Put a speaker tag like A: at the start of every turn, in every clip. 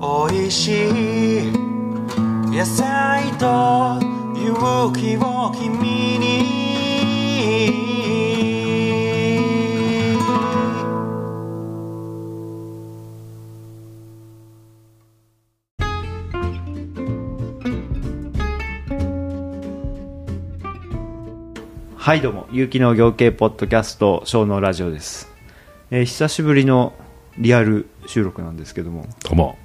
A: 美味しい野菜と勇気を君に
B: はいどうも有機農業系ポッドキャスト小脳ラジオです、えー久しぶりのリアル収録なんですけども
C: どうも、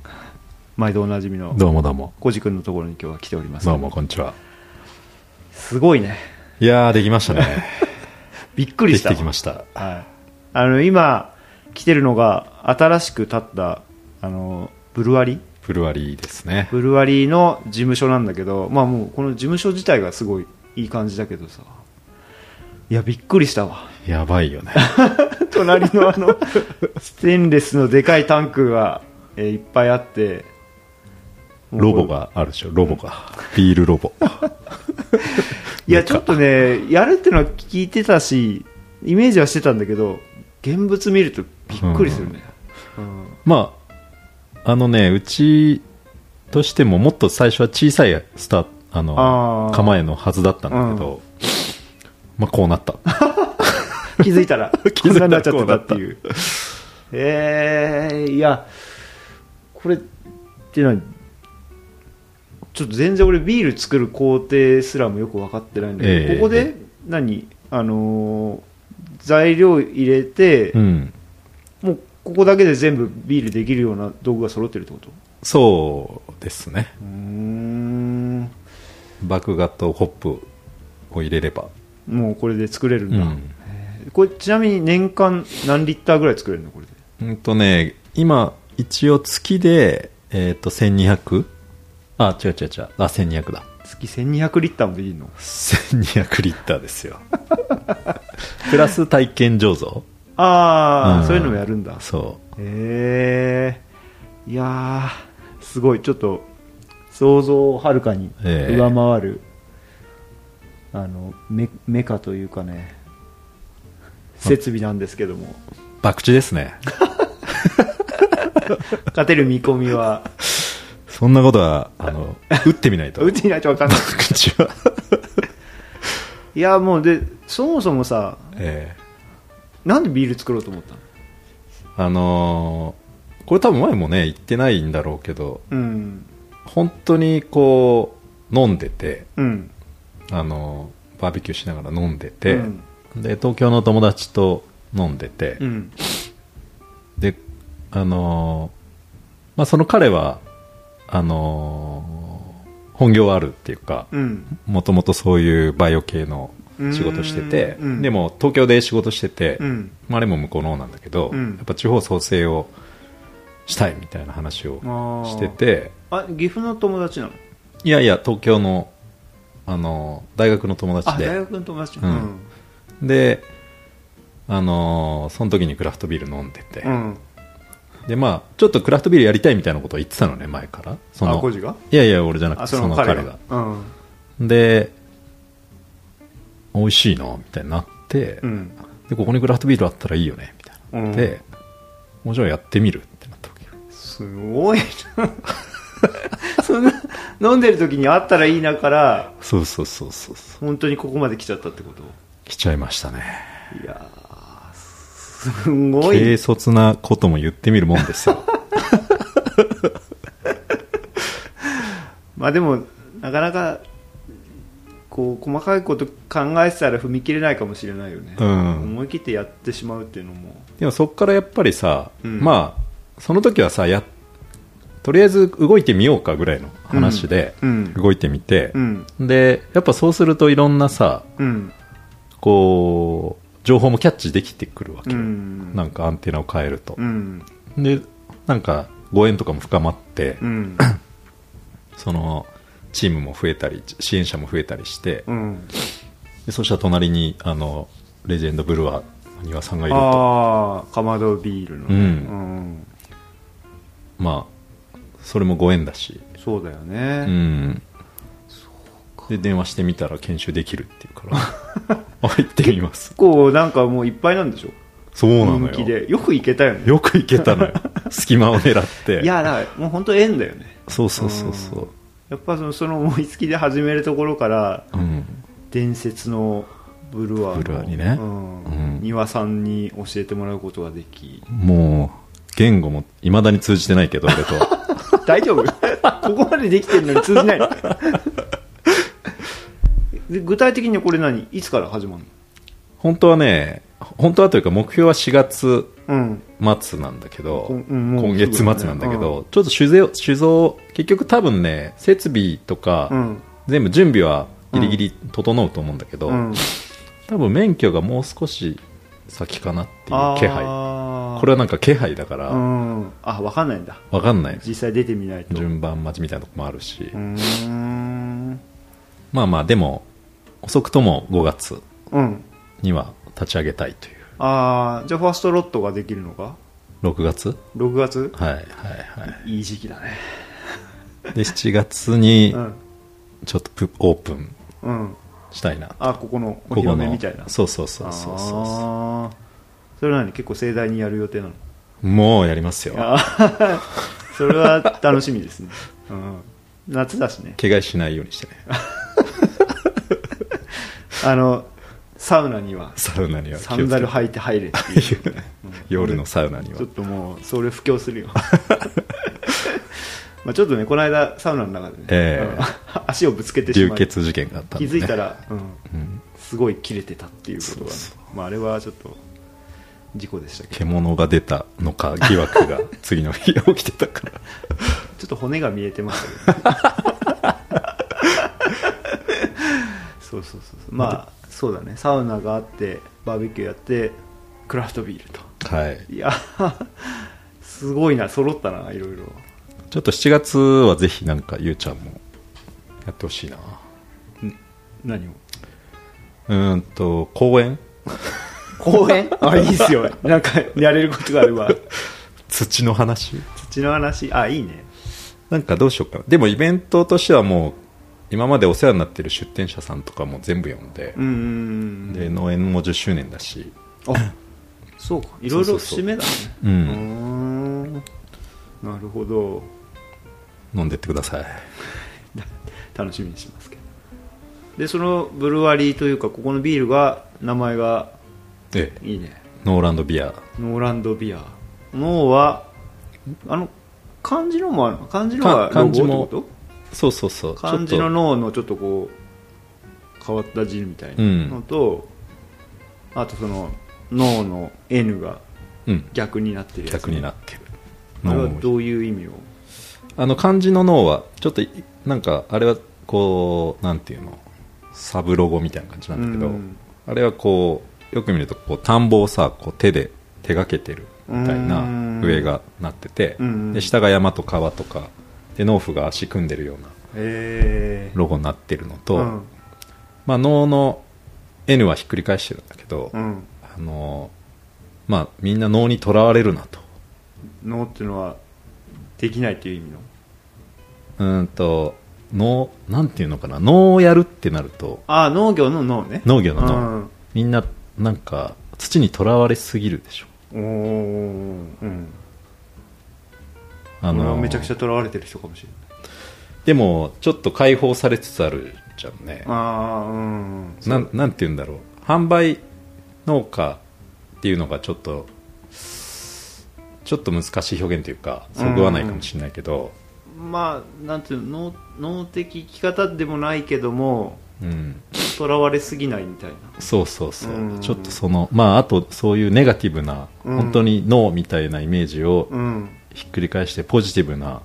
B: 毎度おなじみの
C: どうもどうも、
B: コジ君のところに今日は来ております
C: どうも、こんにちは。
B: すごいね
C: いやー、できましたね。
B: びっく
C: で
B: り
C: き
B: した
C: てきました。
B: はい、あの今来てるのが新しく建ったあのブルワリ
C: ブルワリーですね。
B: ブルワリの事務所なんだけどまあもうこの事務所自体がすごいいい感じだけどさいやびっくりしたわ
C: やばいよね。
B: 隣のあのステンレスのでかいタンクが、えーいっぱいあってもう
C: ロボがあるでしょ、ロボが。ビールロボ。
B: いやちょっとねやるってのは聞いてたしイメージはしてたんだけど現物見るとびっくりするね、うん
C: まあ、あのね、うちとしてももっと最初は小さいスタあの
B: あー
C: 構えのはずだったんだけど、まあ、こうな った。
B: 気づいたら
C: 気づい
B: こんな
C: たら
B: になっちゃってたっていうええいやこれっていうのはちょっと全然俺ビール作る工程すらもよく分かってないんだけど、
C: ええ
B: ここ
C: え
B: で何あのー材料入れて、
C: うん。
B: もうここだけで全部ビールできるような道具が揃ってるってこと
C: そうですね。
B: うーん
C: 麦芽とホップを入れれば。
B: もうこれで作れるん
C: う
B: だ、
C: ん。
B: これちなみに年間何リッターぐらい作れるのこれで
C: うんとね、今、一応月で、えっ、と、1200? あ、違う違う違う。あ、1200だ。
B: 月1200リッターもできるの
C: 1200リッターですよ。 プラス体験醸造
B: ああ、
C: うん
B: そういうのもやるんだ
C: そ
B: へえいやーすごいちょっと想像をはるかに
C: ええ
B: 上回る、あのメメカというかね設備なんですけども
C: う。博打ですね。
B: 勝てる見込みは
C: そんなことは、あの、 打ってみないと。
B: うちにないと分かんない
C: 博打は。
B: いやもうでそもそもさ
C: ええ
B: なんでビール作ろうと思ったの
C: あのーこれ多分前もね、言ってないんだろうけど、
B: うん
C: 本当にこう、飲んでて、
B: うん
C: あのーバーベキューしながら飲んでて、
B: うん
C: で東京の友達と飲んでて、
B: うん
C: であのーまあその彼はあのー本業あるっていうか
B: うん
C: もともとそういうバイオ系の仕事してて、
B: うんうん
C: でも東京で仕事してて、
B: うん
C: まあ、あれも向こうの方なんだけど、
B: うん
C: やっぱ地方創生をしたいみたいな話を
B: あー
C: してて
B: あ岐阜の友達なの
C: いやいや東京の、あのー大学の友達
B: あ
C: で
B: 大学の友達
C: うんで、あのーその時にクラフトビール飲んでて、
B: うん、
C: でまあちょっとクラフトビールやりたいみたいなことを言ってたのね前からそ
B: あ
C: の
B: コジが
C: いやいや俺じゃな
B: あ
C: くて
B: そ
C: その
B: の
C: 彼
B: 彼
C: が
B: がうん
C: で美味しいなみたいになって、
B: うん
C: でここにクラフトビールあったらいいよねみたいな、
B: うん
C: でもうじゃあやってみるってなったわけよ
B: すごい なそんな飲んでる時にあったらいいなから
C: そうそうそうそうそう
B: 本当にここまで来ちゃったってこと
C: 来ちゃいましたね
B: いやーすごい
C: 軽率なことも言ってみるもんです よ
B: まあでもなかなかこう細かいこと考えてたら踏み切れないかもしれないよね、
C: うん
B: 思い切ってやってしまうっていうのも
C: でもそっからやっぱりさ、
B: うん
C: まあその時はさやとりあえず動いてみようかぐらいの話で、
B: うん
C: 動いてみて、
B: うん
C: でやっぱそうするといろんなさ
B: うん
C: こう情報もキャッチできてくるわけ
B: う
C: よ、
B: ん
C: なんかアンテナを変えると
B: う、ん
C: でなんかご縁とかも深まって、
B: うん
C: そのチームも増えたり支援者も増えたりして、
B: うん
C: でそしたら隣にあのレジェンドブルワーの庭さんがいると
B: ああかまどビールの、
C: うん
B: うん
C: まあそれもご縁だし、
B: そうだよ
C: う
B: ね、
C: ん、で電話してみたら研修できるっていうから あ行ってみます
B: 結構なんかもういっぱいなんでしょ
C: そうなの
B: 人気
C: よ
B: でよく行けたよね
C: よく行けたのよ隙間を狙って
B: いやだからもう本当縁だよね
C: そうそうそうそう
B: やっぱそのその思いつきで始めるところから
C: うん
B: 伝説のブルワーの
C: ブルワーにね
B: うん
C: うん
B: 庭さんに教えてもらうことができ
C: もう言語もいまだに通じてないけど俺とは
B: 大丈夫 ここまでできてるのに通じないの で具体的にこれ何いつから始まる
C: 本当はね本当はというか目標は4月
B: のうん
C: 末なんだけど、
B: こんうんもう
C: 今月末なんだけど、ちょっと酒造酒造結局多分ね設備とか、
B: うん
C: 全部準備はギリギリ整うと思うんだけど、
B: うん
C: 多分免許がもう少し先かなっていう気
B: 配
C: 配これはなんか気配だか
B: う
C: ら
B: んあ分かんないんだ
C: 分かんない
B: 実際出てみないとう
C: 順番待ちみたいなとこもあるし、
B: ーん
C: まあまあでも遅くとも5月
B: うん
C: には立ち上げたいという
B: ああじゃあファーストロットができるのか
C: 6月
B: 6月
C: はいはいはい
B: いい時期だね
C: で7月に
B: うん
C: ちょっとプオープン
B: うん
C: したいな
B: あここのお
C: こ
B: 披
C: こ
B: 露目
C: の
B: みたいな
C: そうそうそうそうそ
B: あーそれは何結構盛大にやる予定なの
C: うもうやりますよ
B: あーそれは楽しみですね、うん、夏だしね
C: 怪我しないようにしてね
B: あのサウナには
C: サウナには気をつけ
B: サ
C: て
B: ンダル履いて入れっていう
C: 夜のサウナには
B: ちょっともうそれ布教する よまあちょっとねこの間サウナの中でね、
C: ええ
B: うん足をぶつけてし
C: 流
B: まい
C: 血事件があったん
B: 気
C: で、ね、
B: づいたら、うん
C: うん
B: すごい切れてたっていうことがね
C: そうそ
B: まあ、あれはちょっと事故でしたけど
C: 獣が出たのか疑惑が次の日起きてたから
B: ちょっと骨が見えてましたけ ど、ね、そうそうそうそうまあそうだねサウナがあってバーベキューやってクラフトビールと
C: はい
B: いやすごいな揃ったないろいろ
C: ちょっと7月はぜひなんかゆうちゃんもやってほしいな
B: 何を
C: うーんと公園
B: 公園 あいいっすよなんかやれることがあれば
C: 土の話
B: 土の話あいいね
C: なんかどうしようかなでもイベントとしてはもう今までお世話になってる出店者さんとかも全部呼んで
B: う、んうんうん
C: で農園も10周年だし
B: あそうかいろい
C: そ
B: ろ
C: うそうそう
B: 締めだね
C: う、
B: うんーんなるほど
C: 飲んでってください
B: 楽しみにしますけどでそのブルワリーというかここのビールが名前が
C: ええ
B: いいね
C: ノーランドビア
B: ノーランドビアノーはあの漢字のもあるの漢字の
C: か
B: がロ
C: 漢字
B: ゴ
C: も
B: ってこ
C: そうそうそう
B: と漢字の脳のちょっとこう変わった字みたいな
C: うん
B: のと、あとその脳の N が
C: うん
B: 逆になってるやつ
C: 逆になってる
B: あれはどういう意味を
C: あの漢字の脳はちょっといなんかあれはこうなんていうのサブロゴみたいな感じなんだけど、
B: うん
C: あれはこうよく見るとこう田んぼをさこう手で手がけてるみたい
B: うん
C: な上がなってて、
B: うん
C: で下が山と川とかで農夫が足組んでるような
B: え
C: ロゴになってるのと、
B: うん
C: まあ、脳の N はひっくり返してるんだけど、
B: うん
C: あのまあ、みんな脳にとらわれるなと
B: 脳っていうのはできないっていう意味の
C: うーんと脳なんていうのかな脳をやるってなると
B: ああ農業の脳ね
C: 農業の脳みんななんか土にとらわれすぎるでしょ
B: うんおーうん
C: あ
B: 俺
C: の
B: はめちゃくちゃ囚われてる人かもしれない
C: でもちょっと解放されつつあるじゃんね
B: ああうん
C: なんなんて言うんだろう販売農家っていうのがちょっとちょっと難しい表現というかそぐわないかもしれないけど
B: まあなんていうの脳脳的生き方でもないけども
C: うん、
B: 囚われすぎないみたいな
C: そうそうそう、
B: うん
C: ちょっとそのまああとそういうネガティブな、
B: うん
C: 本当に脳みたいなイメージを
B: うん
C: ひっくり返してポジティブな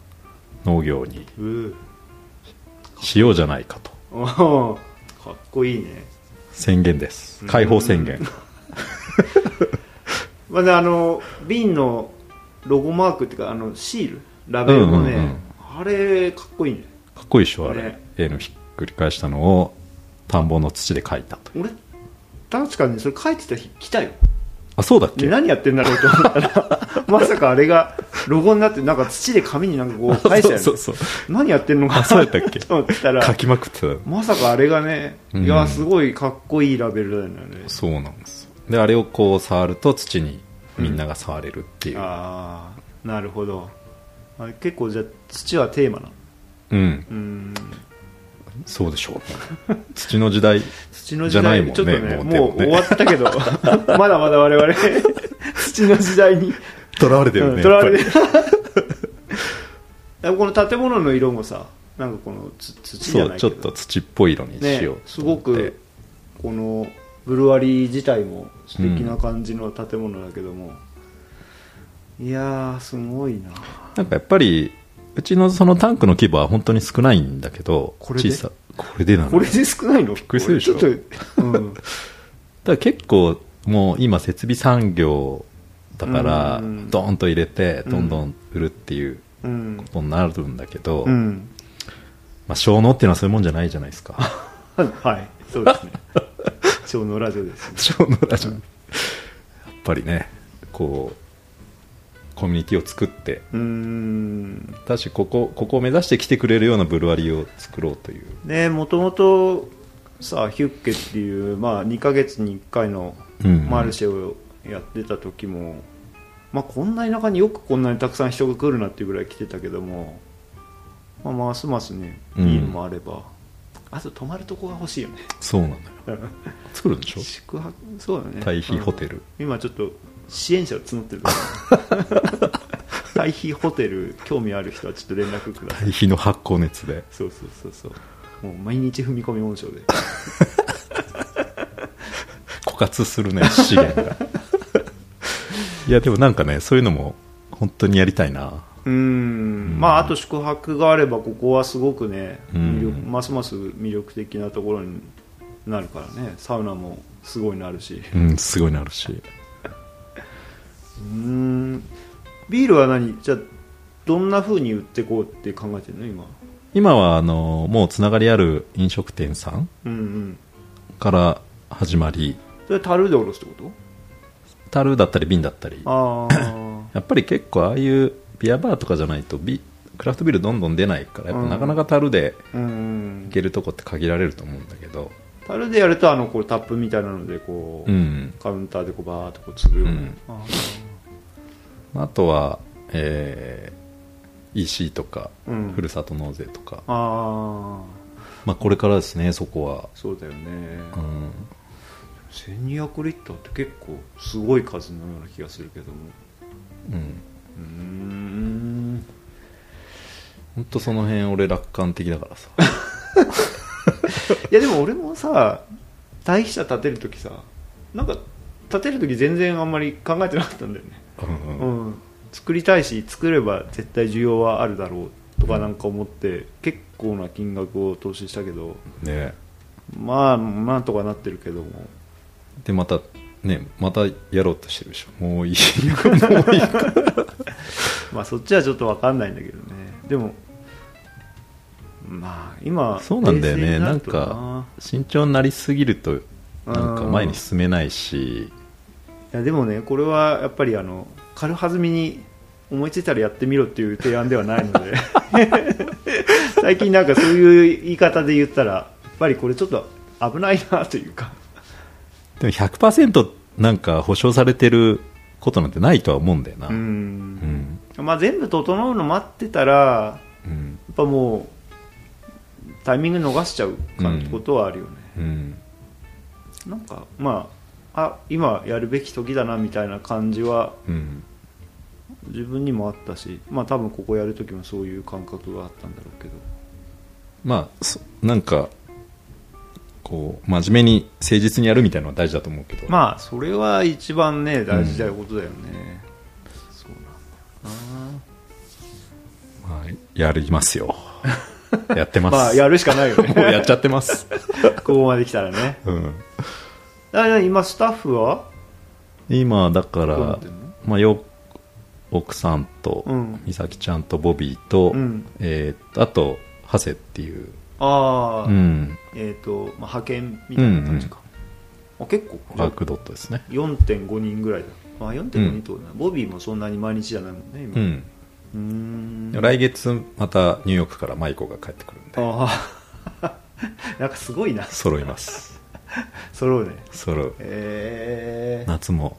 C: 農業に
B: うー
C: しようじゃないかと
B: おーかっこいいね
C: 宣言です解放宣言
B: まあねあの瓶のロゴマークっていうかあのシールラベルのね、
C: うんうんうん
B: あれかっこいいね
C: かっこいいでしょあれ、
B: ね
C: A のひっくり返したのを田んぼの土で書いたという
B: 俺確かにそれ書いてた日来たよ
C: あそうだっ
B: で
C: け
B: 何やってんだろうと思ったらまさかあれがロゴになってなんか土で紙になんかこう返したよ、ね、
C: そうそうそう
B: 何やってんのか
C: あ
B: な
C: そうやったっけ
B: と思ったら
C: 書きまくってたの
B: まさかあれがね、
C: うん
B: いやすごいかっこいいラベルだよね
C: そうなんですよであれをこう触ると土にみんなが触れるっていう、
B: ああなるほどあ結構じゃあ土はテーマなの
C: うん、
B: うん
C: そうでしょう土の時代
B: 土の
C: じ
B: 時
C: ゃな
B: 代
C: いもんね
B: ちょっとね
C: もうで
B: も
C: も
B: う
C: ね
B: 終わったけど まだまだ我 々土の時代に
C: とらわれてる
B: う
C: ね
B: んとらわれ
C: や
B: て
C: っぱ
B: るこの建物の色もさなんかこのつ
C: り
B: 土じ
C: そ
B: ゃな
C: う
B: い
C: ちょ
B: け
C: っと
B: ど
C: 土っぽい色にしよう
B: ねす
C: と思
B: ご
C: って、
B: くこのブルワリー自体も素敵な感じの建物だけども、いやーすごいな
C: なんかやっぱりうちのそのタンクの規模は本当に少ないんだけど
B: これで
C: 小さこれでなの
B: これで少ないのびっ
C: くりするでしょ
B: ちょっと、 うん、
C: だから結構もう今設備産業だから
B: うん
C: ドーンと入れてどんどん売るっていう
B: うん
C: ことになるんだけど、
B: うん
C: まあ、小脳っていうのはそういうもんじゃないじゃないで すか
B: はいそうです ね小のラジオですね
C: 小脳だじゃんやっぱりねこうコミュニティを作って
B: うーん
C: だしここここを目指して来てくれるようなブルワリーを作ろうという
B: ねもともとさヒュッケっていう、まあ、2ヶ月に1回の
C: うん
B: マルシェをやってた時も、まあ、こんな田舎によくこんなにたくさん人が来るなっていうぐらい来てたけども、まあ、ますますねいいのもあれば、あと泊まるとこが欲しいよね
C: そうなんだよ作るんでしょ
B: 宿泊そうだね
C: 対比ホテ
B: ル、
C: ル、
B: うん今ちょっと支援者を募ってるから対比ホテル興味ある人はちょっと連絡ください
C: 対比の発酵熱で
B: そうそうそうそうもう毎日踏み込み温床で
C: 枯渇するね資 源がいやでもなんかねそういうのも本当にやりたいな
B: うーんまああと宿泊があればここはすごくね、
C: うん
B: 魅力ますます魅力的なところになるからねサウナもすごいなるし
C: うんすごいなるし
B: うーんビールは何じゃあどんな風に売ってこうって考えてるの今
C: 今はあのもうつながりある飲食店さん
B: うんうん
C: から始まり
B: それ樽でおろすってこ
C: 樽だったり瓶だったり
B: とあ あ
C: やっぱり結構ああいうビアバーとかじゃないとビクラフトビールどんどん出ないからやっぱなかなか樽で
B: うんう
C: い
B: ん
C: けるとこって限られると思うんだけど
B: 樽でやるとあのこうタップみたいなのでこう、
C: うん
B: カウンターでこうバーっとこうつぶような、
C: うん
B: あ
C: あとはえー EC とか、
B: うん
C: ふるさと納税とか、
B: あああ
C: まあ、これからですねそこは
B: そうだよね、
C: うん
B: 1200リットルって結構すごい数のような気がするけども
C: うん
B: うーん
C: 本当その辺俺楽観的だからさ
B: いやでも俺もさ退避者立てるときさなんか立てるとき全然あんまり考えてなかったんだよね、
C: うん
B: う
C: うん
B: ん作りたいし作れば絶対需要はあるだろうとかなんか思って結構な金額を投資したけど
C: ね
B: まあなんとかなってるけども
C: でまたねまたやろうとしてるでしょもういい
B: まあそっちはちょっと分かんないんだけどねでもまあ今
C: そうなんだよ
B: 冷静
C: ね
B: に
C: な
B: る
C: ん
B: と
C: か慎重になりすぎるとなんか前に進めないし
B: いやでもねこれはやっぱりあの軽はずみに思いついたらやってみろっていう提案ではないの で最近なんかそういう言い方で言ったらやっぱりこれちょっと危ないなというか
C: でも100%なんか保証されてることなんてないとは思うんだよな
B: う、
C: うんん
B: まあ、全部整うの待ってたら
C: うん
B: やっぱもうタイミング逃しちゃうか
C: うん
B: ことはあるよね、
C: うん
B: なんかまああ今やるべき時だなみたいな感じは
C: うん
B: 自分にもあったしまあ多分ここやる時もそういう感覚があったんだろうけど
C: まあそなんかこう真面目に誠実にやるみたいなのは大事だと思うけど
B: まあそれは一番ね大事なことだよね、そうなんだよ
C: まあやります よやって
B: なま
C: ます
B: あやるしかないよね
C: もう やっちゃってます。
B: ここまで来たらね
C: うん、
B: だから今スタッフは
C: 今、だか
B: どうなっ
C: ら
B: てんの、
C: まあ、よ奥さんと、
B: うん
C: 美咲ちゃんとボビーと、
B: うん
C: えーっとあと、ハセっていう、
B: ああ、
C: うん、
B: えっ、と、まあ、派遣みたいな感じか、あ結構
C: ワークドットですね。
B: 4.5人ぐらいだ、まあ、4.5人ってことだな、ボビーもそんなに毎日じゃないもんね
C: う
B: 今
C: ん、
B: うんん
C: 来月、またニューヨークからマイコが帰ってくるんで、
B: ああ なんかすごいな
C: 揃います。
B: 揃うね
C: 揃う。
B: えー、
C: 夏も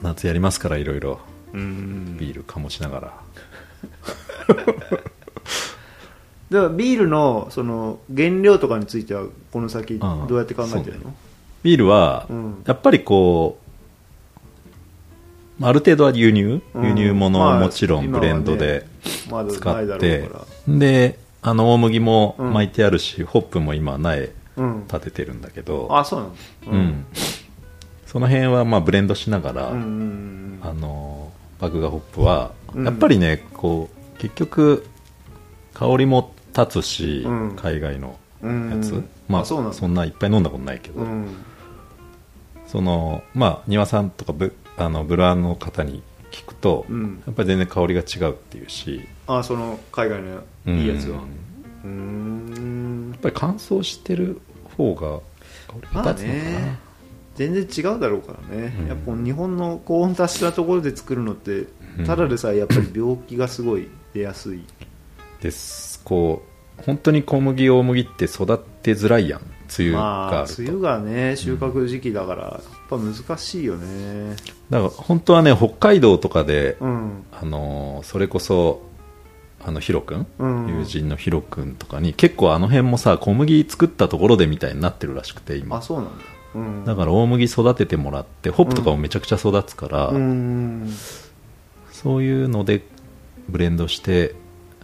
C: 夏やりますからいろいろ
B: うん
C: ビール醸しながら、
B: だからビールのその原料とかについてはこの先
C: ああ
B: どうやって考えてる
C: そう
B: の
C: ビールは、
B: うん
C: やっぱりこうまあある程度は輸入、輸入物はもちろんブレンドで使って、であの大麦も
B: うん
C: 巻いてあるし、ホップも今苗
B: うん、
C: 立ててるんだけど、
B: あそうなの
C: うんその辺はまあブレンドしながら、
B: うんうん
C: あのバグガホップは、
B: うん
C: やっぱりねこう結局香りも立つし、
B: うん
C: 海外の
B: うん
C: やつ、
B: うん
C: まあ
B: あそうなんだ
C: んないっぱい飲んだことないけど、
B: うん
C: そのまあ庭さんとかブあのブランの方に聞くと、
B: うん
C: やっぱり全然香りが違うっていうし
B: あその海外のいいやつはう
C: うん
B: ーん
C: やっぱり乾燥してる方が香り
B: ま
C: が
B: あ
C: 立つのかな、
B: ね全然違うだろうからね、
C: うん
B: やっぱ日本の高温達したところで作るのって
C: うん
B: ただでさえやっぱり病気がすごい出やすい、
C: ですこう本当に小麦大麦って育ってづらいやん梅雨が
B: ま
C: あ
B: あ
C: ると、
B: 梅雨がね収穫時期だからやっぱ難しいよね
C: だから本当はね北海道とかで、
B: うん
C: あのーそれこそあのヒロ君、
B: うん
C: 友人のヒロ君とかに結構あの辺もさ小麦作ったところでみたいになってるらしくて
B: あ
C: 今
B: そうなんだうん
C: だから大麦育ててもらってホップとかもめちゃくちゃ育つから、
B: うん
C: そういうのでブレンドして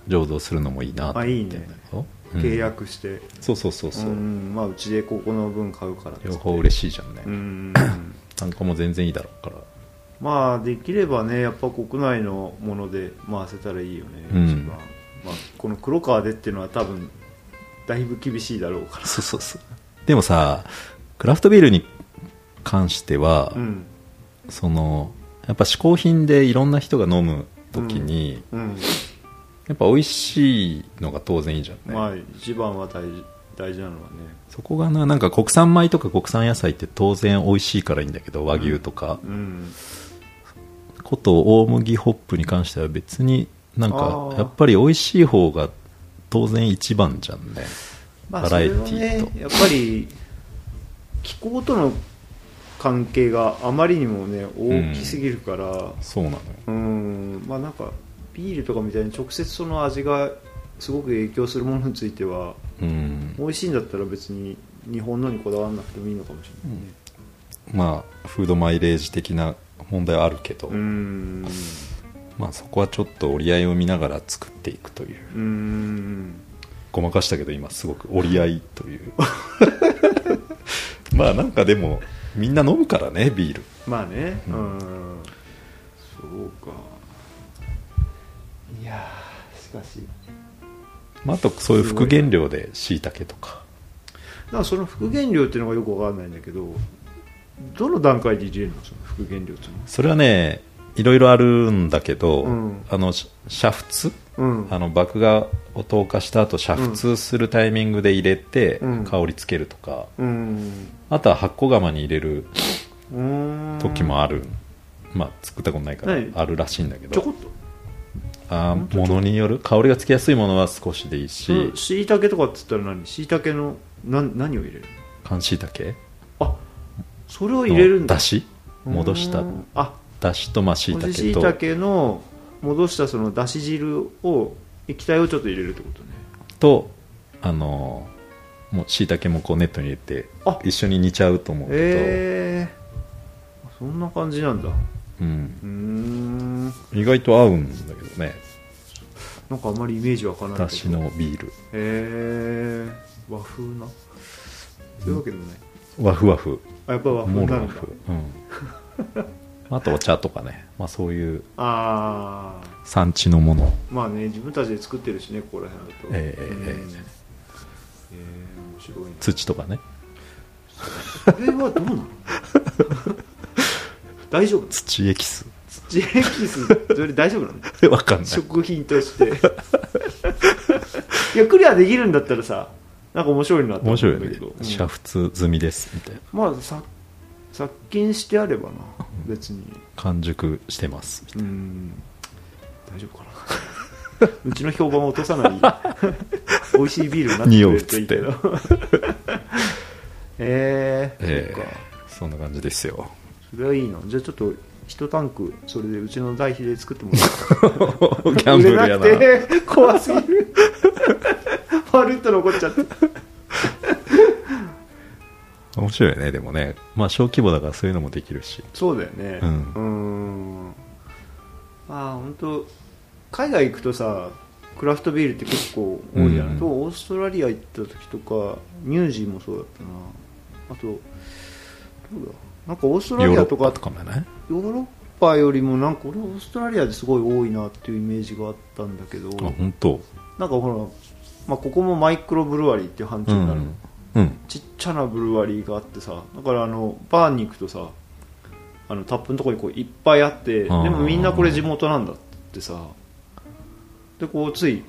C: 醸造するのもいいなと思ってんだけどうん
B: 契約して
C: そうそうそうそうう、
B: んまあうちでここの分買うからっつって
C: 両方嬉しいじゃんね、
B: うん
C: 単価も全然いいだろうから
B: まあできればねやっぱ国内のもので回せたらいいよね、
C: うん
B: 一番まあ、この黒川でっていうのは多分だいぶ厳しいだろうか
C: そうそうそう でもさクラフトビールに関しては、
B: らうん
C: そのやっぱ嗜好品でいろんな人が飲む時に、
B: うん、
C: やっぱ美味しいのが当然いいじゃんね、
B: まあ一番は大事大事なのはね
C: そこがななんか国産米とか国産野菜って当然美味しいからいいんだけど和牛とか、
B: うん
C: こと大麦ホップに関しては別になん
B: あ
C: か
B: ー
C: やっぱり美味しい方が当然一番じゃんね
B: まあ
C: バ
B: そ
C: ラエ
B: れ
C: テ
B: は
C: ィーと
B: ねやっぱり気候との関係があまりにもね大きすぎるから、
C: そうなのよ
B: うんまあなんかビールとかみたいに直接その味がすごく影響するものについては
C: うん
B: 美味しいんだったら別に日本のにこだわらなくてもいいのかもしれないね
C: まあフードマイレージ的な問題はあるけど、
B: うん
C: まあそこはちょっと折り合いを見ながら作っていくという
B: うーん
C: ごまかしたけど今すごく折り合いと いうまあなんかでもみんな飲むからねビール
B: まあねう
C: うんん
B: そうかいやーしかし
C: まあ、あとそういう副原料でしいたけとか
B: だからその復元量っていうのがよくわかんないんだけどどの段階で入れるのその復元量っていうのは
C: それはねいろいろあ煮沸るんだけど、
B: うん
C: あの煮沸
B: うん
C: あの麦芽を投下した後煮沸するタイミングで入れて、
B: うん
C: 香りつけるとか
B: うん
C: あとは発酵釜に入れる
B: うーん
C: 時もある、まあ作ったことないから
B: はい
C: あるらしいんだけ
B: ちょ
C: ど
B: こっと
C: あ
B: ほんと
C: ーものによる香りがつきやすいものは少しでいいし、
B: しいたけとかっつったら何しいたけのなん何を入れるの
C: 乾しいたけ
B: あそれを入れるん
C: の
B: だ
C: だし戻し
B: う
C: た
B: ーんあ
C: だしとまあしいた
B: 戻し
C: け
B: い
C: と
B: たけの戻したそのだし汁を液体をちょっと入れるってことね
C: とあのーもうしいたけもこうネットに入れて
B: あ
C: 一緒に煮ちゃうと思うけど、
B: ええそんな感じなんだう
C: うん、
B: ーん
C: 意外と合うんだけどね
B: なんかあまりイメージわからない
C: だしのビール
B: ええ和風なそういうわけでもない、
C: ワフワフ
B: あやっぱ和風
C: モ
B: に
C: ル
B: な
C: ワ
B: るんだ
C: フ、うん、 あとお茶とかね、まあ、そういう
B: ああ
C: 産地のもの
B: まあね自分たちで作ってるしねここら辺だと
C: ええええ
B: うん
C: ええ
B: ええ面白いね
C: 土とかね
B: それはどうなの大丈夫なの
C: 土エキス
B: 土エキスそれ大丈夫なの
C: わかんない
B: 食品としていやクリアできるんだったらさなんか面白いなと思
C: 面
B: うん
C: 白いよ
B: だ
C: ね
B: けど、うん
C: 煮沸済みですみたいな
B: まあさ殺菌してあればな別に
C: 完熟してますみたい
B: うん大丈夫かな うちの評判を落とさない 美味しいビールになってくれるといいけど
C: 匂
B: えー
C: な、え
B: そっか
C: えそんな感じですよ
B: それはいいなじゃあちょっと一タンクそれでうちの代費で作ってもらっ
C: ギ
B: た
C: ャンブルや
B: 売
C: な。
B: れなくて怖すぎる パルッと残っちゃった
C: 面白いね、でもね。まあ、小規模だからそういうのもできるし。
B: そうだよね
C: う
B: うんんんああ本当海外行くとさクラフトビールって結構多いじゃ
C: うん
B: ん、
C: うん
B: とオーストラリア行った時とかニュージーもそうだったなあとどうだなんかオースト
C: ヨ
B: ラ
C: ー
B: リ
C: ロ
B: ア
C: ッ
B: とかヨ
C: パ
B: ー
C: とかもね。
B: ロッパよりもなんか俺オーストラリアですごい多いなっていうイメージがあったんだけど
C: あ、本当。
B: なんかほら、まあ、ここもマイクロブルワリーっていう範疇になるの、
C: うん。
B: ちっちゃなブルワリーがあってさだからあのバーに行くとさあのタップのとこにこういっぱいあってで
C: あー
B: もみんなこれ地元なんだってさでこうつい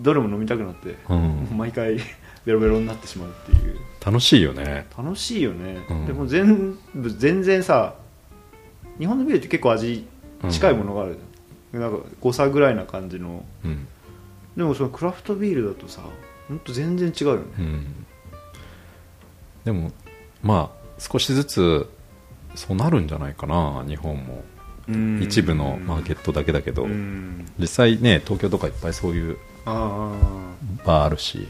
B: どれも飲みたくなって
C: うん。
B: 毎回 ベロベロになってしまうっていう
C: 楽しいよね。
B: 楽しいよね、
C: うん
B: でも全部全然さ日本のビールって結構味近いものがあるじゃん、なんか誤差ぐらいな感じの
C: うん。
B: でもそのクラフトビールだとさほんと全然違うよね
C: うん。でも、まあ、少しずつ、そうなるんじゃないかな、日本も。一部のマーケ
B: ッ
C: ットだけだけど、
B: うん
C: 実際ね、東京とかいっぱいそういう
B: あ
C: バーあるし。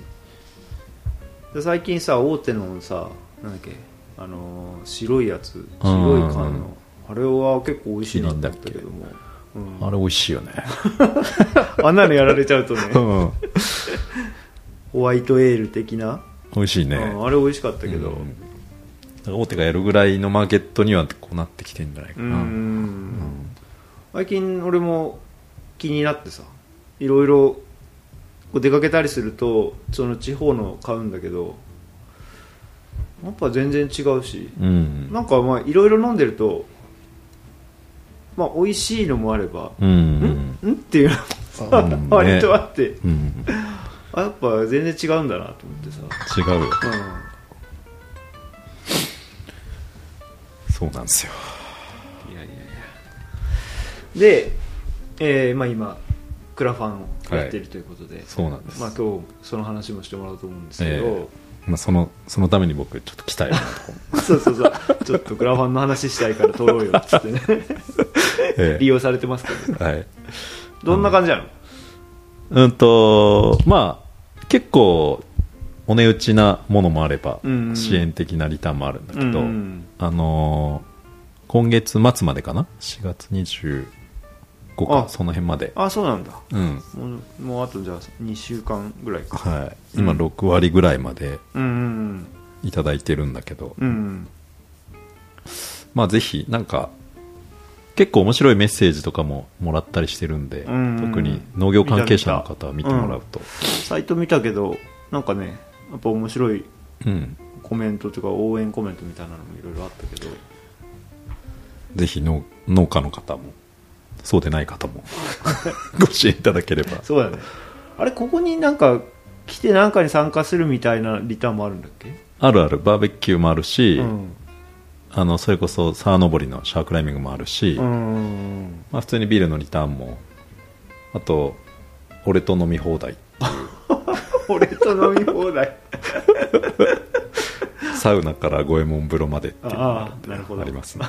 B: あで最近さ大手のさなんだっけあのー白いやつ白い
C: う
B: 缶
C: ん
B: のあれは結構美味しいなと思ったけどもうん
C: あれ美味しいよね。
B: あんなのやられちゃうと ね
C: うん。
B: ホワイトエール的な、
C: 美味しいね。
B: うんあれ美味しかったけど
C: うんだから大手がやるぐらいのマーケットにはこうなってきてんじゃないか
B: う
C: な、
B: ん
C: うん
B: 最近俺も気になってさいろいろこう出かけたりするとその地方の買うんだけどやっぱ全然違うし
C: うん
B: なんかまあいろいろ飲んでると、まあ、美味しいのもあれば、
C: うんうん
B: んっていうの
C: うんね
B: も 割とあって、
C: うん
B: あやっぱ全然違うんだなと思ってさ、
C: 違うよ
B: う
C: そうなんですよ
B: ん、で、えーまあ、今クラファンをやってるということで、
C: そうなんです、
B: ま
C: ま
B: あ、
C: あ
B: 今日その話もしてもらおうと思うんですけ
C: え
B: ど、
C: そのそのために僕ちょっと来たよなとこも
B: そうそうそうちょっとクラファンの話したいから撮ろうよっつってね
C: え
B: 利用されてますけど
C: えはい
B: どんな感じなの
C: うんとまあ結構お値打ちなものもあれば、
B: うんうん
C: 支援的なリターンもあるんだけど、
B: うんうん
C: あのー今月末までかな4月25か
B: あ
C: その辺まで
B: あそうなんだ
C: うん
B: もうもうあとじゃあ2週間ぐらいか
C: はい、今6割ぐらいまで
B: うんうん
C: いただいてるんだけど、
B: うんうん
C: まあぜひなんか結構面白いメッセージとかももらったりしてるんで、
B: うんうん
C: 特に農業関係者の方は見
B: 見
C: て
B: た見た
C: もらうと、
B: サイト見たけどなんかねやっぱ面白い
C: うん
B: コメントとか応援コメントみたいなのもいろいろあったけど
C: ぜひ農農家の方もそうでない方も ご支援いただければ
B: そうだねあれここになんか来てなんかに参加するみたいなリターンもあるんだっけ、
C: あるあるバーベキューもあるし、
B: うん
C: あのそれこそ沢登りのシャークライミングもあるし、
B: うん
C: まあ、普通にビールのリターンもあと俺と飲み放題
B: 俺と飲み放題
C: サウナから五右衛門風呂までっていうのがあ
B: ああなるほど
C: ありますね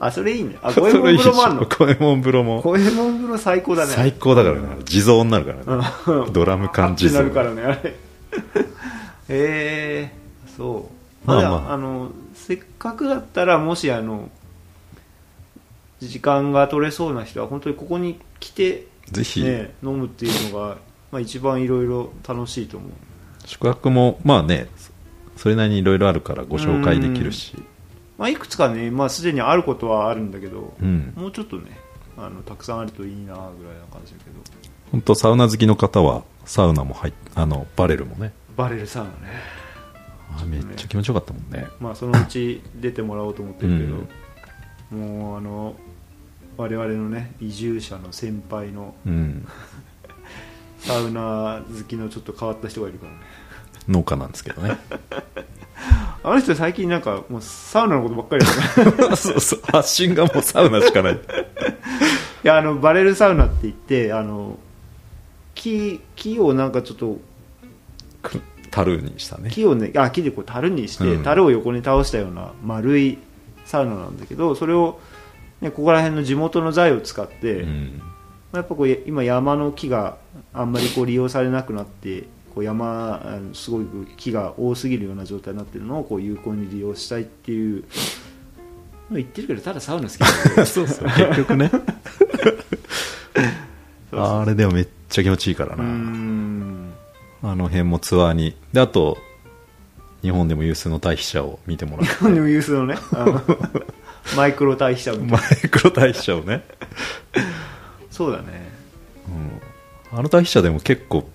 B: あそれいいねあ五右衛門風呂もあんの
C: 五右衛門風呂も
B: 五右衛門風呂最高だね
C: 最高だからね地蔵になるからね
B: うん
C: ドラム缶地
B: にな
C: 蔵
B: るからねあれ えー、そう
C: ま
B: ま
C: あま
B: あ、
C: あ
B: じゃああのせっかくだったらもしあの時間が取れそうな人は本当にここに来て、
C: ぜひ、
B: ね、飲むっていうのが、まあ、一番いろいろ楽しいと思う
C: 宿泊もまあねそそれなりにいろいろあるからご紹介できるし
B: まあ、いくつかね、まあ、すでにあることはあるんだけど、
C: うん
B: もうちょっとねあのたくさんあるといいなぐらいな感じだけど
C: 本当サウナ好きの方はサウナも入っあのバレルもね
B: バレルサウナね
C: あめっちゃ気持ちよかったもんね
B: まあそのうち出てもらおうと思ってるけど、もうあの我々のね移住者の先輩の
C: うん
B: サウナ好きのちょっと変わった人がいるからね
C: 農家なんですけどね
B: あの人最近なんかもうサウナのことばっかりだね
C: そうそう発信がもうサウナしかない
B: いやあのバレルサウナって言ってあの木木をなんかちょっと
C: く樽にしたね
B: 木をねあ木でこう樽にして、
C: うん
B: 樽を横に倒したような丸いサウナなんだけどそれをね、ここら辺の地元の材を使って、
C: う
B: ま
C: ん
B: あやっぱこう今山の木があんまりこう利用されなくなってこう山あのすごい木が多すぎるような状態になってるのをこう有効に利用したいっていうまあ言ってるけどただサウナ好きだけど
C: そう そう結局ねあれでもめっちゃ気持ちいいから
B: うー
C: な、
B: ん
C: あの辺もツアーにであと日本でも有数の退避者を見てもら
B: 日本でも有数のねあのマイクロ対比者みた
C: う
B: いな
C: マイクロ退避者をね、
B: そうだね
C: うん、あの退避者でも結構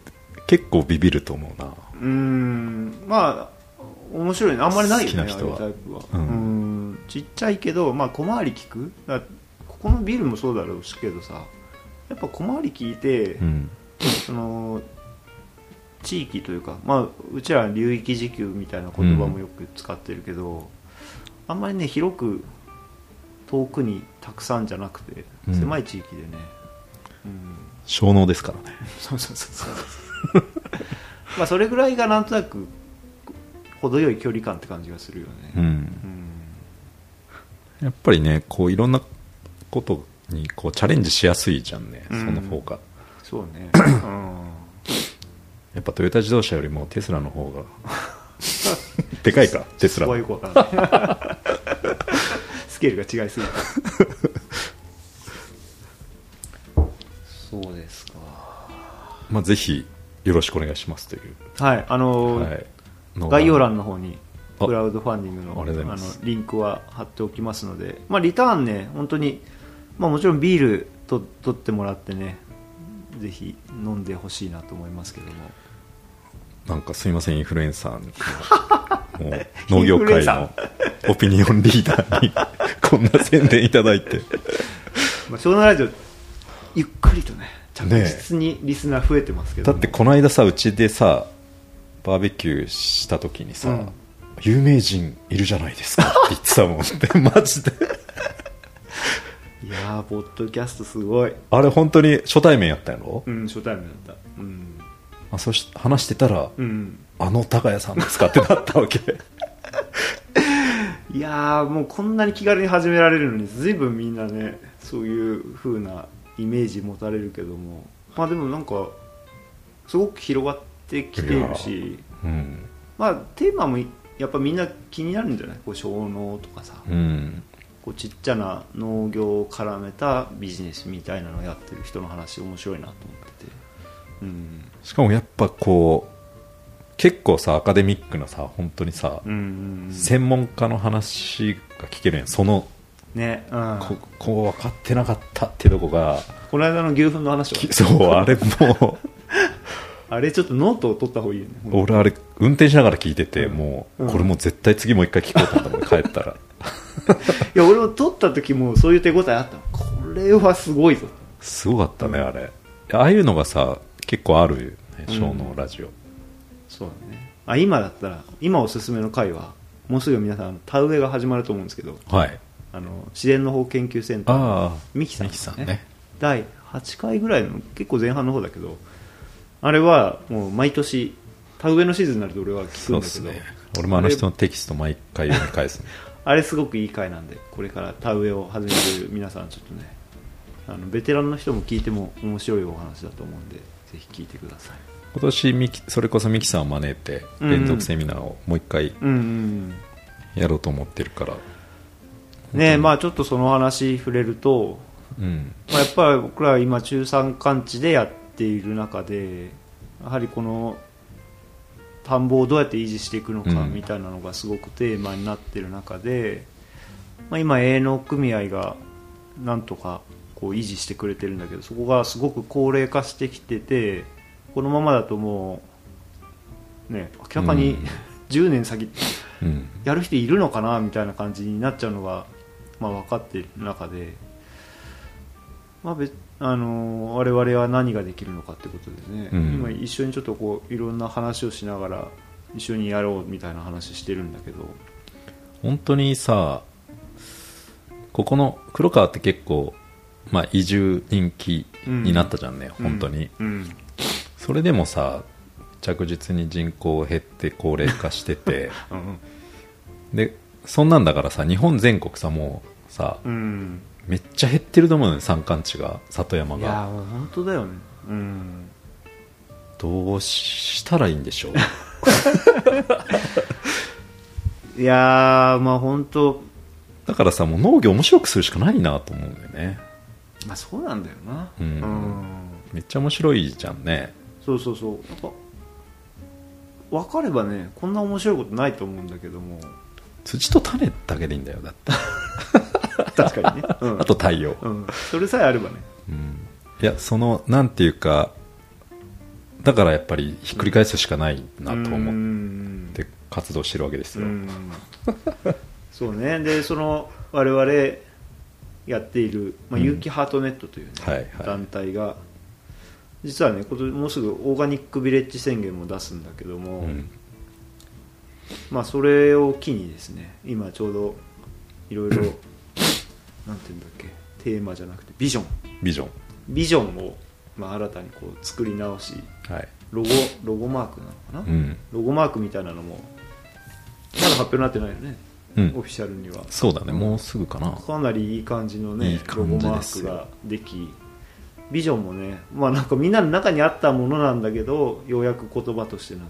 C: 結構ビビると思うな
B: うーんまあ面白いねあんまりないよね
C: 好きな人は
B: ああいうタイプは、う
C: う
B: んん、ちっちゃいけど、まあ、小回り利くだここのビルもそうだろうしけどさやっぱ小回り利いて、
C: うん
B: その地域というか、まあ、うちらは流域時給みたいな言葉もよく使ってるけど、あんまりね広く遠くにたくさんじゃなくて、
C: うん
B: 狭い地域でね、うん、
C: 小脳ですからね
B: そうそうそうそうまあそれぐらいがなんとなく程よい距離感って感じがするよ
C: う
B: ねう
C: ん
B: ん
C: やっぱりねこういろんなことにこうチャレンジしやすいじゃんね、
B: うん
C: その方が
B: そうねうん
C: やっぱトヨタ自動車よりもテスラの方が でかいかテス
B: そ
C: ラ
B: こは
C: は
B: よくわかんないスケールが違いすぎたそうですか
C: まあ、ぜひよろしくお願いしますという、
B: はいあのー
C: はいの
B: 概要欄の方に
C: あ
B: クラウドファンディングの
C: ありがとうございます
B: のリンクは貼っておきますので、まあ、リターンね、本当に、まあ、もちろんビールと取ってもらってね、ぜひ飲んでほしいなと思いますけども、
C: なんかすいませんインフルエンサー のもう農業界のオピニオンリーダーにこんな宣伝いただいて
B: まあ、湘南ラジオ、ゆっくりとね、着
C: ねえ
B: 実にリスナー増えてますけど
C: だ
B: も、
C: ってこの間さうちでさバーベキューした時にさ、
B: うん
C: 有名人いるじゃないですかって言って たもんねマジで
B: いやー、ポッドキャストすごい、
C: あれ本当に初対面やったやろ、
B: うん、初対面だった、うん、
C: あそし話してたら、
B: うん、
C: あの高谷さんですかってなっ たわけ
B: いやー、もうこんなに気軽に始められるのに、ずいぶんみんなね、そういう風なイメージ持たれるけども、まあでもなんか、すごく広がってきているし、
C: うん
B: まあテーマもやっぱみんな気になるんじゃないこう小農とかさ、
C: うん
B: こうちっちゃな農業を絡めたビジネスみたいなのをやってる人の話、面白いなと思ってて。うん、
C: しかもやっぱこう結構さアカデミックなさ本当にさ、
B: うんうんうん、
C: 専門家の話が聞けるやんその
B: ね、うん、
C: こ
B: こ
C: こう分かってなかったってとこ が
B: の間の牛糞の話
C: き
B: は
C: そうあれも
B: あれちょっとノートを取った方がいいよね
C: う俺あれ運転しながら聞いてて、もう
B: うん
C: これもう絶対次もう一回聞こうと思ったもん帰った ら
B: いや俺も撮った時もそういう手応えあったのこれはすごいぞ
C: すごかったねあれああいうのがさ結構あるよねショーのラジオ、
B: そうだねあ今だったら今おすすめの回はもうすぐ皆さんあの田植えが始まると思うんですけど
C: はい
B: あの自然の法研究センター
C: ああ
B: 三木さん,、
C: ミキさんね
B: 第8回ぐらいの結構前半の方だけどあれはもう毎年田植えのシーズンになると俺は聞
C: そ
B: く
C: うんで
B: だけ
C: す
B: ど、
C: ね俺もあの人のテキスト毎回読み返すね
B: あれすごくいい回なんでこれから田植えを始める皆さんちょっとねあのベテランの人も聞いても面白いお話だと思うんでぜひ聞いてください
C: 今年ミキそれこそミキさんを招いて
B: うん
C: 連続セミナーをもう一回
B: うんうん
C: やろうと思ってるから、
B: うん、ねまあちょっとその話触れると、
C: うん、
B: まあ、やっぱり僕らは今中山間地でやっている中でやはりこの田んぼをどうやって維持していくのか
C: うん
B: みたいなのがすごくテーマになってる中で、まあ、今営農組合がなんとかこう維持してくれてるんだけどそこがすごく高齢化してきててこのままだともうね明らか
C: う
B: に
C: ん
B: 10年先
C: うん、
B: やる人いるのかなみたいな感じになっちゃうのが、まあ、分かっている中で、まあ別あのー我々は何ができるのかってことですね、
C: うん
B: 今一緒にちょっとこういろんな話をしながら一緒にやろうみたいな話してるんだけど
C: 本当にさここの黒川って結構、まあ、移住人気になったじゃんね、本当に、
B: うん
C: それでもさ着実に人口減って高齢化し てて
B: うん
C: でそんなんだからさ日本全国さもうさ
B: うん
C: めっちゃ減ってると思うのよ山間地が里山
B: いや
C: が
B: もう本当だよねうん
C: どうしたらいいんでしょう
B: いやーまあ本当
C: だからさもう農業面白くするしかないなと思うんだよね
B: まあそうなんだよな
C: うん
B: ん
C: めっちゃ面白いじゃんね
B: そうそうそうなんか分かればねこんな面白いことないと思うんだけど も
C: 土と種だけでいいんだよだって
B: 確かにね、うん
C: あと太陽、
B: うん、それさえあればね
C: うんいやそのなんていうかだからやっぱりひっくり返すしかないなと
B: う
C: 思っ
B: ん
C: て活動してるわけです
B: う
C: よ、
B: んそうねでその我々やっている、まあ、
C: うん
B: 有機ハートネットというね、
C: はいはい
B: 団体が実はね今年もうすぐオーガニックビレッジ宣言も出すんだけども、
C: うん
B: まあ、それを機にですね今ちょうどいろいろ なんていうんだっけテーマじゃなくてビジョン
C: ビジョ
B: ビジョンを、まあ、新たにこう作り直し
C: ンはい、
B: ロゴロゴマークなのかな、
C: うん
B: ロゴマークみたいなのもまだ発表になってないよね、
C: う
B: オ
C: ん、
B: フィシャルには
C: そうだねもうすぐかな
B: かなりいい感じのね
C: いい感じ
B: ロゴマ
C: で
B: ー
C: す
B: ク
C: よ
B: ができビジョンもねまあなんかみんなの中にあったものなんだけどようやく言葉としてな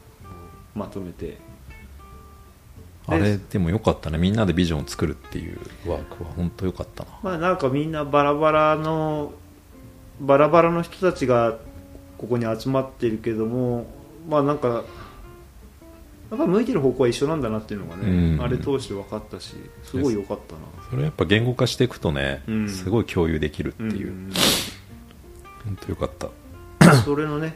B: まとめて
C: あれでもよかったねみんなでビジョンを作るっていうワークは本当よかったな
B: まあなんかみんなバラバラのバラバラの人たちがここに集まってるけどもまあなんかやっぱり向いてる方向は一緒なんだなっていうのがね、
C: うん
B: あれ通して分かったしすごい良かったな
C: それやっぱ言語化していくとね、
B: うん
C: すごい共有できるっていう、
B: ん
C: 本当よかった
B: それのね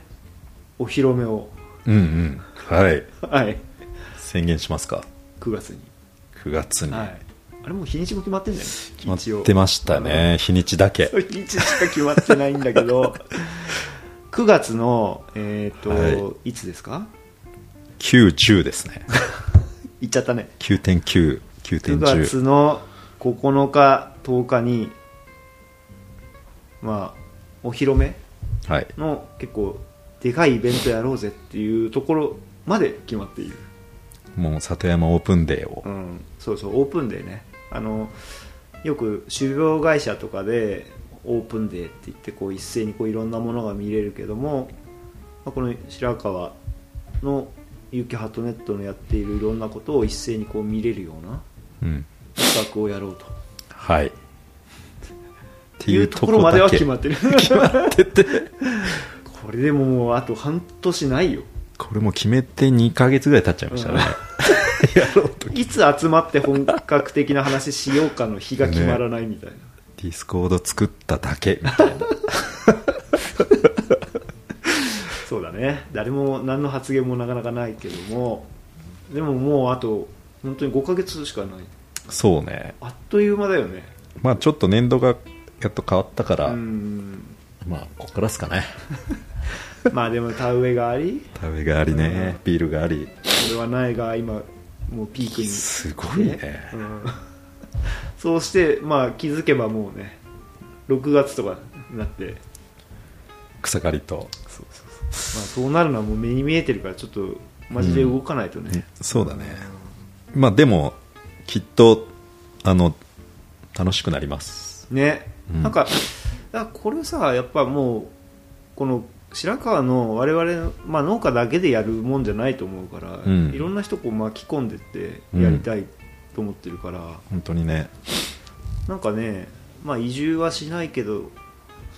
B: お披露目を
C: うんうんはい
B: はい
C: 宣言しますか
B: 9月に、
C: 9月に、
B: はい、あれもう日にちも決まってんじゃない
C: 決まってましたね日にちだけ
B: 一応日にちしか決まってないんだけど9月のえっ、と、、
C: はい
B: つですか
C: 910ですね
B: 言っちゃったね9
C: 9.99.10
B: 月の9日10日にまあお披露目
C: はい
B: の結構でかいイベントやろうぜっていうところまで決まっている
C: もう里山オープンデーを
B: うん、そうそうオープンデーねあのよく種苗会社とかでオープンデーって言ってこう一斉にこういろんなものが見れるけども、まあこの白川の有機ハートネットのやっているいろんなことを一斉にこう見れるような
C: うん
B: 企画をやろうと
C: はいって
B: いうところまでは決ま
C: っ
B: ってる
C: てて
B: これでももうあと半年ないよ
C: これも決めて2ヶ月ぐらい経っちゃいましたね、やろうと
B: いつ集まって本格的な話しようかの日が決まらないみたいな、
C: ディスコード作っただけみたいな
B: そうだね誰も何の発言もなかなかないけどもでももうあと本当に5ヶ月しかない
C: そうね
B: あっという間だよね
C: まあちょっと年度がやっと変わったか
B: う
C: ら、
B: ん
C: まあここからですかね
B: まあでも田植えがあり
C: 田植えがありねビールがあり
B: 俺は苗が今もうピークに
C: すごいね
B: うん そうしてまあ気づけばもうね6月とかになって、ま
C: 草刈りとそう
B: あ、そうなるのはもう目に見えてるからちょっとマジで動かないとね、
C: だねまあでもきっとあの楽しくなります
B: ね、
C: うん
B: なんかだからこれさやっぱもうこの白川の我々の、まあ、農家だけでやるもんじゃないと思うから、
C: うん
B: いろんな人こう巻き込んでってやりたいと思ってるから、
C: 本当にね
B: なんかね、まあ、移住はしないけど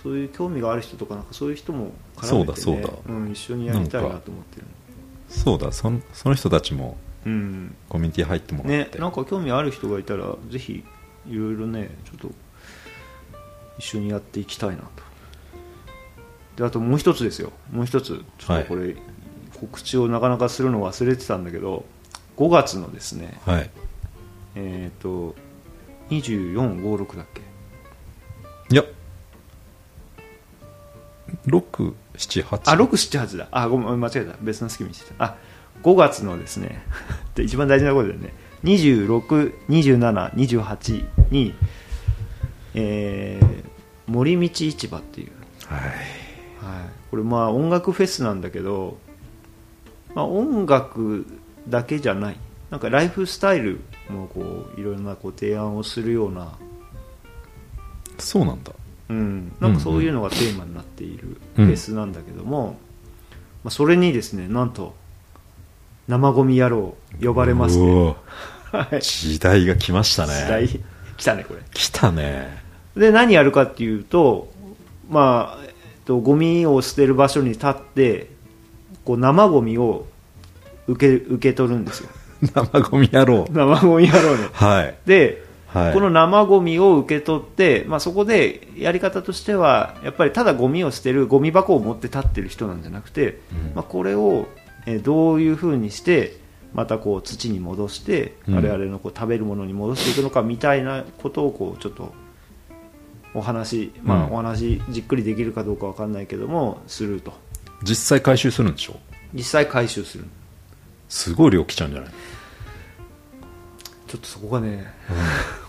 B: そういう興味がある人とかなんかそういう人も絡めて、ね、
C: そうだそうだ
B: ん、一緒にやりたいなと思ってる
C: そうだそんその人たちも
B: うん
C: コミュニティ入ってもらっ
B: ね
C: て、
B: なんか興味ある人がいたらぜひいろいろねちょっと一緒にやっていきたいなとであともう一つですよもう一つちょっとこれ、告知をなかなかするの忘れてたんだけど5月のですね
C: はい
B: えっ、と2456だっけ
C: いや678
B: あ678だあごめん間違えた別の月見してたあ5月のですね で一番大事なことだよね262728に、えー森道市場っていう、
C: はい
B: はい、これまあ音楽フェスなんだけど、まあ、音楽だけじゃないなんかライフスタイルもこういろんなこう提案をするような
C: そうなんだ
B: うん、なんかそういうのがテーマになっているフェスなんだけども、まあ、それにですねなんと生ゴミ野郎呼ばれます
C: う
B: ね
C: お
B: はい
C: 時代が来ましたね
B: 時代来たねこれ
C: 来 たね
B: で何やるかっていうとまあ、えっと、ゴミを捨てる場所に立ってこう生ゴミを受け受け取るんです よ
C: 生ゴミ野郎
B: 生ゴミ野郎の
C: はい
B: で、
C: はい
B: この生ゴミを受け取って、まあ、そこでやり方としてはやっぱりただゴミを捨てるゴミ箱を持って立ってる人なんじゃなくて、
C: うん
B: まあ、これをえーどういうふうにしてまたこう土に戻して
C: うん
B: 我々のこう食べるものに戻していくのかみたいなことをこうちょっとお話、まあ
C: う、ん
B: お話じっくりできるかどうかわかんないけどもすると
C: 実際回収するんでしょ
B: 実際回収する
C: すごい量来ちゃうんじゃない
B: ちょっとそこがね、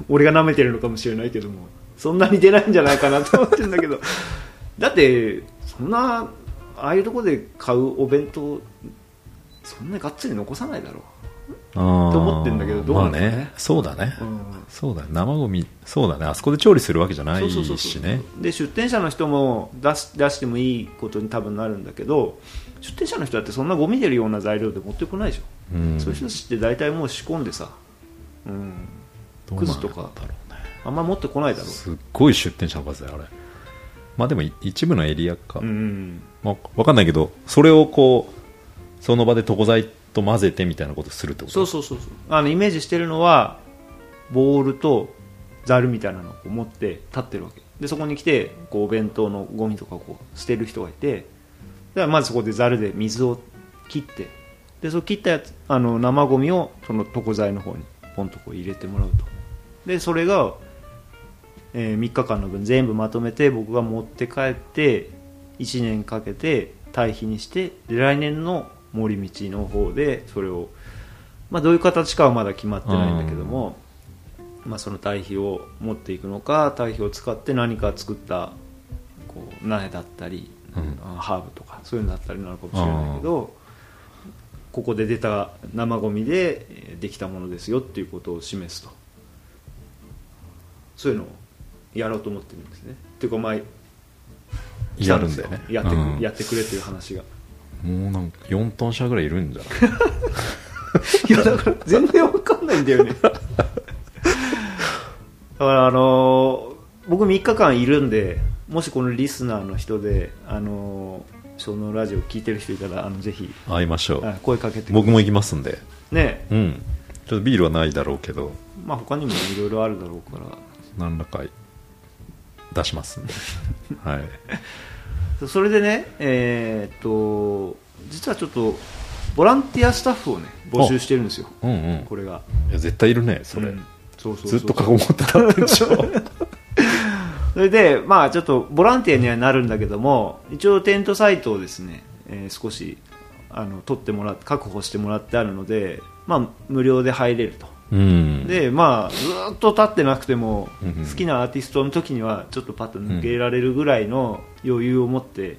B: 俺が舐めてるのかもしれないけども、そんなに出ないんじゃないかなと思ってるんだけど、だって、そんな、ああいうとこで買うお弁当、そんなにがっつり残さないだろと
C: と
B: 思ってんだけどどう
C: ま
B: な
C: あ
B: んだろうね
C: ねそうだね、
B: う。うん
C: そうだね生ゴミそうだねあそこで調理するわけじゃない
B: そうそうそう
C: し
B: そう
C: ね
B: で出店者の人も出し出してもいいことに多分なるんだけど出店者の人だってそんなゴミ出るような材料で持ってこないでしょ、
C: うん
B: そういう人たちって大体もう仕込んでさ、うん、
C: どう
B: ク
C: なん
B: ズと
C: だろ
B: か
C: うね
B: あんま持ってこないだろ
C: すっごい出店者の数だよあれまあでもい一部のエリアか、
B: う、うん、
C: まあ、わかんないけどそれをこうその場で床材と混ぜてみたいなことするってこと
B: そうそうそうそうあのイメージしてるのはボールとザルみたいなのをこう持って立ってるわけでそこに来てこうお弁当のゴミとかをこう捨てる人がいてだからまずそこでザルで水を切ってでその切ったやつあの生ゴミをその床材の方にポンとこう入れてもらうとでそれが、え3日間の分全部まとめて僕が持って帰って1年かけて堆肥にしてで来年の森道の方でそれを、まあ、どういう形かはまだ決まってないんだけども、まあ、その堆肥を持っていくのか堆肥を使って何か作ったこう苗だったり、
C: うん
B: あハーブとかそういうのだったりなのかもしれないけどここで出た生ゴミでえーできたものですよっていうことを示すとそういうのをやろうと思ってるんですねっていうか前
C: やるんだよね
B: やってく,、
C: うん
B: やってくれ という話が
C: もうなんか4トン車ぐらいいるんじゃない
B: いやだから全然わかんないんだよね だからあのー僕3日間いるんでもしこのリスナーの人であのーそのラジオ聞いてる人いたらあのぜひ
C: 会いましょ
B: あ
C: う
B: 声かけてくだ
C: 僕も行きますんで
B: ね
C: うんちょっとビールはないだろうけど
B: まあ他にもいろいろあるだろうから
C: 何らか出 しますんではい
B: そうそれでね、えーっと実はちょっとボランティアスタッフをね募集してるんですよ、
C: うんうん
B: これが
C: いや絶対いるねそれ、
B: うんそうそうそ
C: ず
B: う
C: っと過去持ってたってんでしょ
B: それで、まあ、ちょっとボランティアにはなるんだけども一応テントサイトをですね、えー少しあの取ってもらっ確保してもらってあるので、まあ、無料で入れると。
C: うん
B: でまあ、ずーっと立ってなくても
C: うんうん
B: 好きなアーティストの時にはちょっとパッと抜けられるぐらいの余裕を持って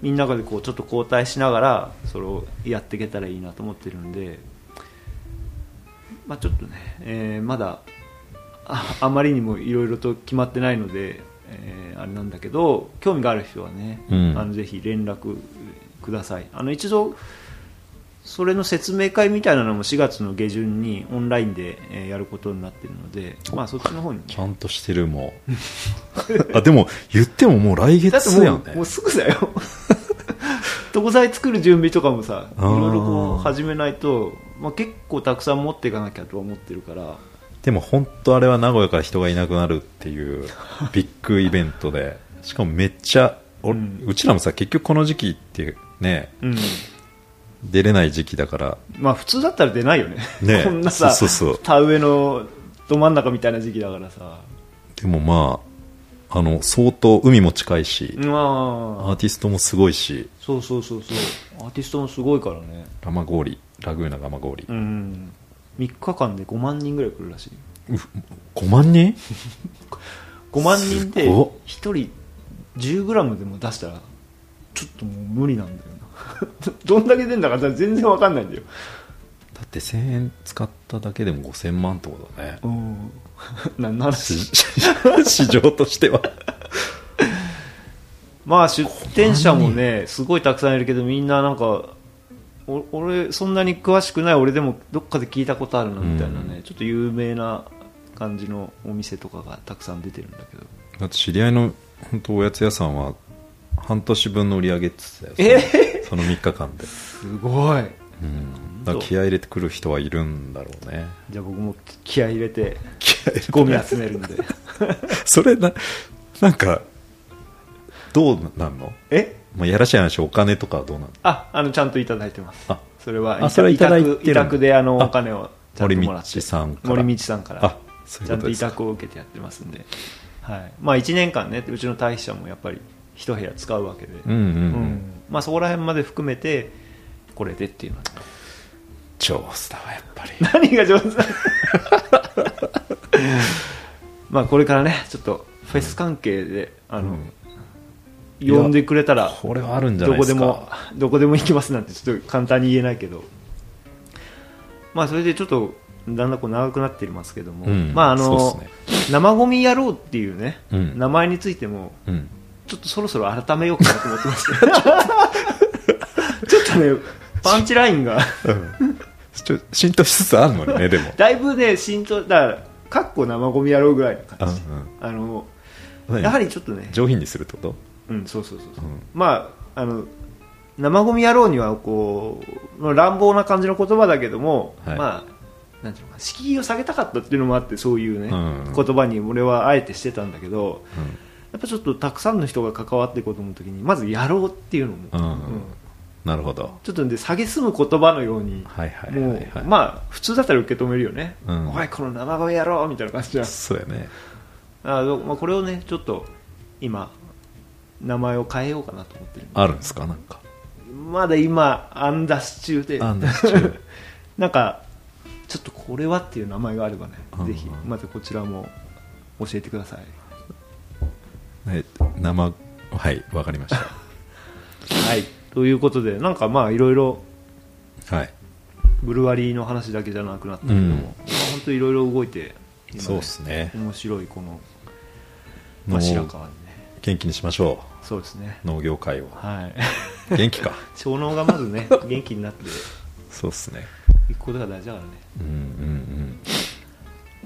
B: みんなでこうちょっと交代しながらそれをやっていけたらいいなと思ってるんで、まあ、ちょっとね、えーまだああまりにもいろいろと決まってないので、えーあれなんだけど興味がある人はね、
C: うん
B: あのぜひ連絡ください。あの一度それの説明会みたいなのも4月の下旬にオンラインでえーやることになってるので、まあそっちの方に。
C: ちゃんとしてる もうあでも言ってももう来
B: だって
C: 月や
B: も
C: ん
B: う
C: ね
B: もうすぐだよ。 床材作る準備とかもさ、い
C: あー
B: ろいろこう始めないと、まあ結構たくさん持っていかなきゃとは思ってるから、
C: でも本当あれは名古屋から人がいなくなるっ ていうビッグイベントでしかもめっちゃお
B: うん
C: うちらもさ結局この時期ってね
B: うん。
C: 出れない時期だから
B: まあ普通だったら出ないよね。
C: ね
B: こんなさ、
C: そうそうそう
B: 田植えのど真ん中みたいな時期だからさ。
C: でもまああの相当海も近いし、ア
B: ま
C: ー
B: あ、
C: ティストもすごいし
B: そうそうそうそう。アーティストもすごいからね。
C: ラマゴーリラグーナガマゴーリ、
B: うん。3日間で5万人ぐらい来るらしい。
C: 5万人
B: 5万人です
C: ごっ
B: 1人 10g でも出したら ちょっともう無理なんだよなどんだけ出んだか全然わかんないんだよ
C: だって1000円使っただけでも5000万ってことだね
B: うん 何の話
C: 市場としては
B: まあ出店者もねすごいたくさんいるけどみんななんかお俺そんなに詳しくない俺でもどっかで聞いたことあるなみたいなね、
C: うん
B: ちょっと有名な感じのお店とかがたくさん出てるんだけど
C: だって知り合いの本当おやつ屋さんは半年分の売り上げって言ってたよ
B: え
C: その3日間で、
B: すごい
C: うん、だから気合い入れてくる人はいるんだろうね
B: じゃあ僕も気合い入れて
C: 気合い入れて
B: ゴミ集めるんで
C: それななんかどうなんの、
B: え
C: まあ、やらしい話お金とかはどうなの
B: ああのちゃんといただいてます
C: あ
B: それは
C: あそれはいただいてるん
B: 委
C: だ
B: 託委託であの
C: あ
B: お金をちゃんともらって
C: 森道さんから
B: 森道さんから
C: あそういう
B: ちゃ
C: こ
B: んと
C: とで
B: 委
C: すか
B: 託を受けてやってますんで、はいまあ、1年間ねうちの退避者もやっぱり一部屋使うわけで、
C: うんうん、う
B: うんんまあ、そこら辺まで含めてこれでっていうのはね
C: 上手だわやっぱり
B: 何が上 手 だまあこれからねちょっとフェス関係であの、
C: うん
B: 呼んでくれたら
C: これはあるんじゃな
B: ど
C: い
B: こ
C: です
B: で
C: か
B: もどこでも行きますなんてちょっと簡単に言えないけどまあそれでちょっとだんだんこう長くなっていますけども、
C: うん
B: まああの、
C: そうっ
B: 生ゴミ野郎っていうね、
C: うん
B: 名前についても
C: うん
B: ちょっとそろそろ改めようかなと思って ますね ちょっとねパンチラインが
C: うんちょ浸透しつつあるのにね でも
B: だいぶね浸透だからかっこ生ゴミ野郎ぐらいの感じ、あの
C: うん
B: やはりちょっとね
C: 上品にするってこと
B: うん、そうそうそうそう、
C: うん
B: まああの生ゴミ野郎にはこうまあ乱暴な感じの言葉だけども、
C: はい
B: まあなんていうのかな敷居を下げたかったっていうのもあってそういうね、
C: うん
B: 言葉に俺はあえてしてたんだけどやっぱちょっとたくさんの人が関わっていくことの時にまず「野郎」っていうのも、
C: うん
B: うん
C: なるほど
B: ちょっとで下げすむ言葉のように、
C: はいはいはい
B: も
C: は
B: う
C: い、
B: まあ普通だったら受け止めるよね、
C: うん
B: おいこの生ゴミ野郎みたいな感じじゃん
C: そうやね
B: あのまあ、これをねちょっと今名前を変えようかなと思ってる
C: あるんですかなんか
B: まだ今アンダス中で
C: あんなシチュー
B: なんかちょっとこれはっていう名前があればね
C: うん
B: ぜひまたこちらも教えてください
C: はい生はいわかりまし
B: はいということでなんかまあいろいろ
C: たはい
B: ブルワリーの話だけじゃなくなったけど
C: う
B: も、
C: ん
B: まあ、本当いろいろ動いて今ね
C: そうっすね
B: 面白いこの、ま
C: も
B: あ、
C: う
B: 白川にね
C: 元気にしましょ
B: そうですね
C: う農業界を
B: はい
C: 元気か
B: 小脳がまず ね元気になって
C: そうっすね
B: いくことが大事だからね
C: うんうん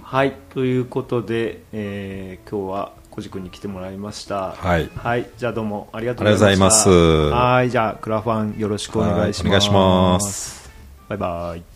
B: はいということで、えー今日は小路君に来てもらいました
C: はい
B: じゃあどうもありがとうございました
C: ありがとうございます
B: はいじゃあクラファンよろしく
C: うん
B: お願いします
C: はいお願いします
B: バイバイ